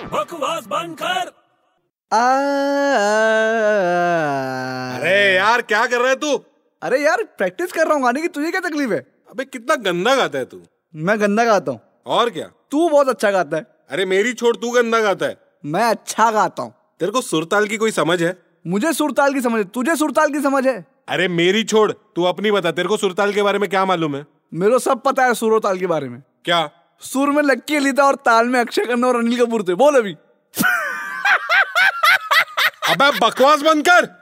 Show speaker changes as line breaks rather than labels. आवाज बंद कर
अरे
अरे यार क्या कर रहा है तू
यार प्रैक्टिस कर रहा हूँ गाने की तुझे क्या तकलीफ है
अबे कितना गंदा गाता है तू
मैं गंदा गाता हूँ
और क्या
तू बहुत अच्छा गाता है
अरे मेरी छोड़ तू गंदा गाता है
मैं अच्छा गाता हूँ
तेरे को सुरताल की कोई समझ है
मुझे सुरताल की समझ है तुझे सुरताल की समझ है
अरे मेरी छोड़ तू अपनी बता तेरे को सुरताल के बारे में क्या मालूम है
मेरे को सब पता है सुर और ताल के बारे में
क्या
सुर में लक्की अलीता और ताल में अक्षय खन्ना और अनिल कपूर थे बोल अभी
अबे बकवास बंद कर